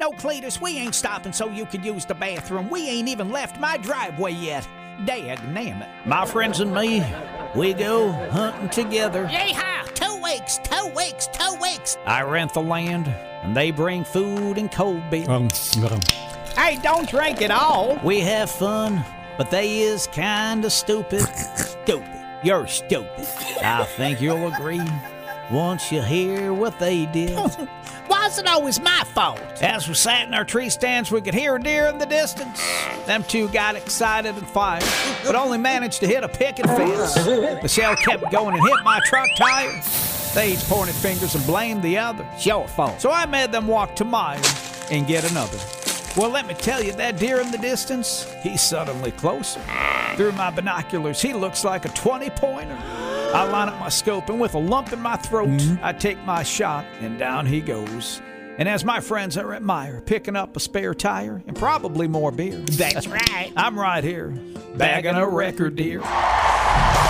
No, Cletus, we ain't stopping so you could use the bathroom. We ain't even left my driveway yet. Dag it. My friends and me, we go hunting together. Yeehaw! Two weeks, two weeks, two weeks. I rent the land, and they bring food and cold beer. Um, Hey, don't drink it all. We have fun, but they is kinda stupid. stupid. You're stupid. I think you'll agree once you hear what they did. Wasn't always my fault. As we sat in our tree stands, we could hear a deer in the distance. Them two got excited and fired, but only managed to hit a picket fence. The shell kept going and hit my truck tire. They each pointed fingers and blamed the other. It's your fault. So I made them walk to mine and get another. Well, let me tell you, that deer in the distance, he's suddenly closer. Through my binoculars, he looks like a 20 pointer. I line up my scope, and with a lump in my throat, I take my shot, and down he goes. And as my friends are at Meyer, picking up a spare tire and probably more beer, That's right. I'm right here, bagging a record deer.